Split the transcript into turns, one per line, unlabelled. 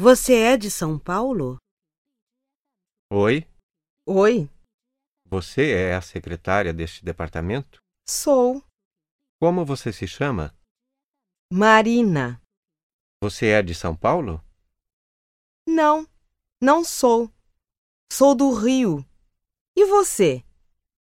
Você é de São Paulo?
Oi,
Oi,
você é a secretária deste departamento?
sou
Como você se chama?
Marina.
Você é de São Paulo?
Não, não sou. Sou do Rio. E você?